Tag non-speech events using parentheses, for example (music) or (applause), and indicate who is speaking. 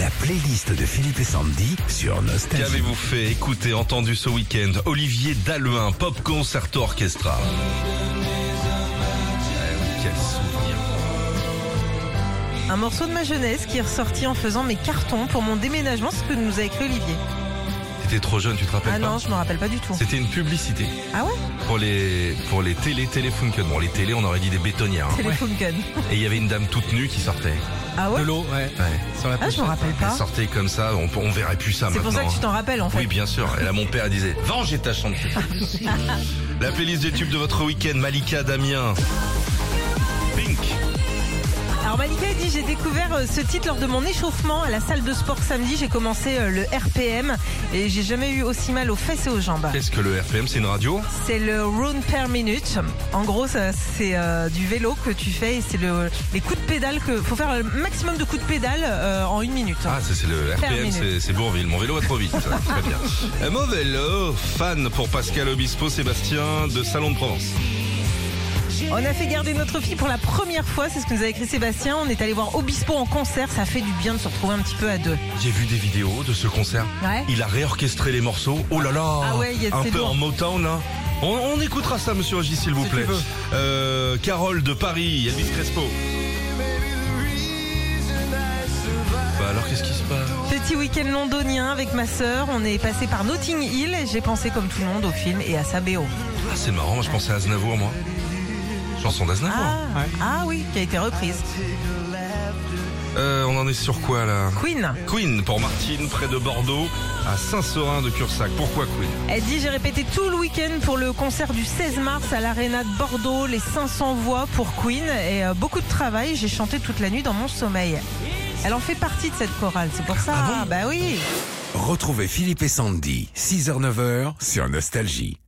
Speaker 1: La playlist de Philippe et Sandy sur Nostalgie.
Speaker 2: Qu'avez-vous fait, écouté, entendu ce week-end Olivier Dalluin, Pop Concerto Orchestra. Eh oui, quel souvenir.
Speaker 3: Un morceau de ma jeunesse qui est ressorti en faisant mes cartons pour mon déménagement, ce que nous a écrit Olivier.
Speaker 2: T'étais trop jeune, tu te rappelles
Speaker 3: Ah
Speaker 2: pas
Speaker 3: non, je me rappelle pas du tout.
Speaker 2: C'était une publicité
Speaker 3: Ah ouais
Speaker 2: pour les pour les télé téléfunken. Bon, les télés, on aurait dit des bétonnières. hein.
Speaker 3: Téléphone gun.
Speaker 2: Et il y avait une dame toute nue qui sortait.
Speaker 3: Ah
Speaker 4: De
Speaker 3: ouais
Speaker 4: l'eau, ouais.
Speaker 2: Ouais.
Speaker 4: Sur la
Speaker 3: Ah, je me rappelle
Speaker 2: Elle
Speaker 3: pas.
Speaker 2: sortait comme ça, on, on verrait plus ça
Speaker 3: C'est
Speaker 2: maintenant.
Speaker 3: pour ça que tu
Speaker 2: hein.
Speaker 3: t'en rappelles en fait.
Speaker 2: Oui, bien sûr. Et là, mon père il disait, vengez ta chambre.
Speaker 3: (laughs)
Speaker 2: La playlist des tubes de votre week-end, Malika, Damien. Pink.
Speaker 3: Alors Malika dit j'ai découvert euh, ce titre lors de mon échauffement à la salle de sport samedi. J'ai commencé euh, le RPM et j'ai jamais eu aussi mal aux fesses et aux jambes.
Speaker 2: Qu'est-ce que le RPM C'est une radio
Speaker 3: C'est le round per minute. En gros, ça, c'est euh, du vélo que tu fais et c'est le, les coups de pédale que faut faire le maximum de coups de pédale euh, en une minute.
Speaker 2: Ah, c'est c'est le RPM,
Speaker 3: minutes.
Speaker 2: c'est- c'est Bourville. Mon vélo va trop vite. Très
Speaker 3: (laughs)
Speaker 2: bien. Euh, Mauvais lot, fan pour Pascal Obispo, Sébastien de Salon de Provence.
Speaker 3: On a fait garder notre fille pour la première fois, c'est ce que nous a écrit Sébastien. On est allé voir Obispo en concert, ça fait du bien de se retrouver un petit peu à deux.
Speaker 2: J'ai vu des vidéos de ce concert.
Speaker 3: Ouais.
Speaker 2: Il a réorchestré les morceaux. Oh là là
Speaker 3: Ah ouais, il y a-
Speaker 2: Un
Speaker 3: c'est
Speaker 2: peu
Speaker 3: lourd.
Speaker 2: en Motown, là. On, on écoutera ça, monsieur Agi, s'il vous
Speaker 4: Si
Speaker 2: plaît.
Speaker 4: tu veux.
Speaker 2: Euh, Carole de Paris, Elvis Crespo. Bah alors, qu'est-ce qui se passe
Speaker 3: Petit week-end londonien avec ma sœur, on est passé par Notting Hill et j'ai pensé comme tout le monde au film et à sa BO.
Speaker 2: Ah, C'est marrant, moi, je pensais à Aznavour, moi. Chanson d'Aznavour.
Speaker 3: Ah,
Speaker 4: Ouais.
Speaker 3: ah oui, qui a été reprise.
Speaker 2: Euh, on en est sur quoi, là
Speaker 3: Queen,
Speaker 2: Queen pour Martine, près de Bordeaux, à Saint-Saurin de Cursac. Pourquoi Queen
Speaker 3: elle dit j'ai répété tout le week-end pour le concert du 16 mars à l'Arena de Bordeaux, les 500 voix pour Queen et euh, beaucoup de travail, j'ai chanté toute la nuit dans mon sommeil. Elle en fait partie de cette chorale, c'est pour ça. bah oui.
Speaker 1: Retrouvez Philippe et Sandy, 6h-9h sur Nostalgie.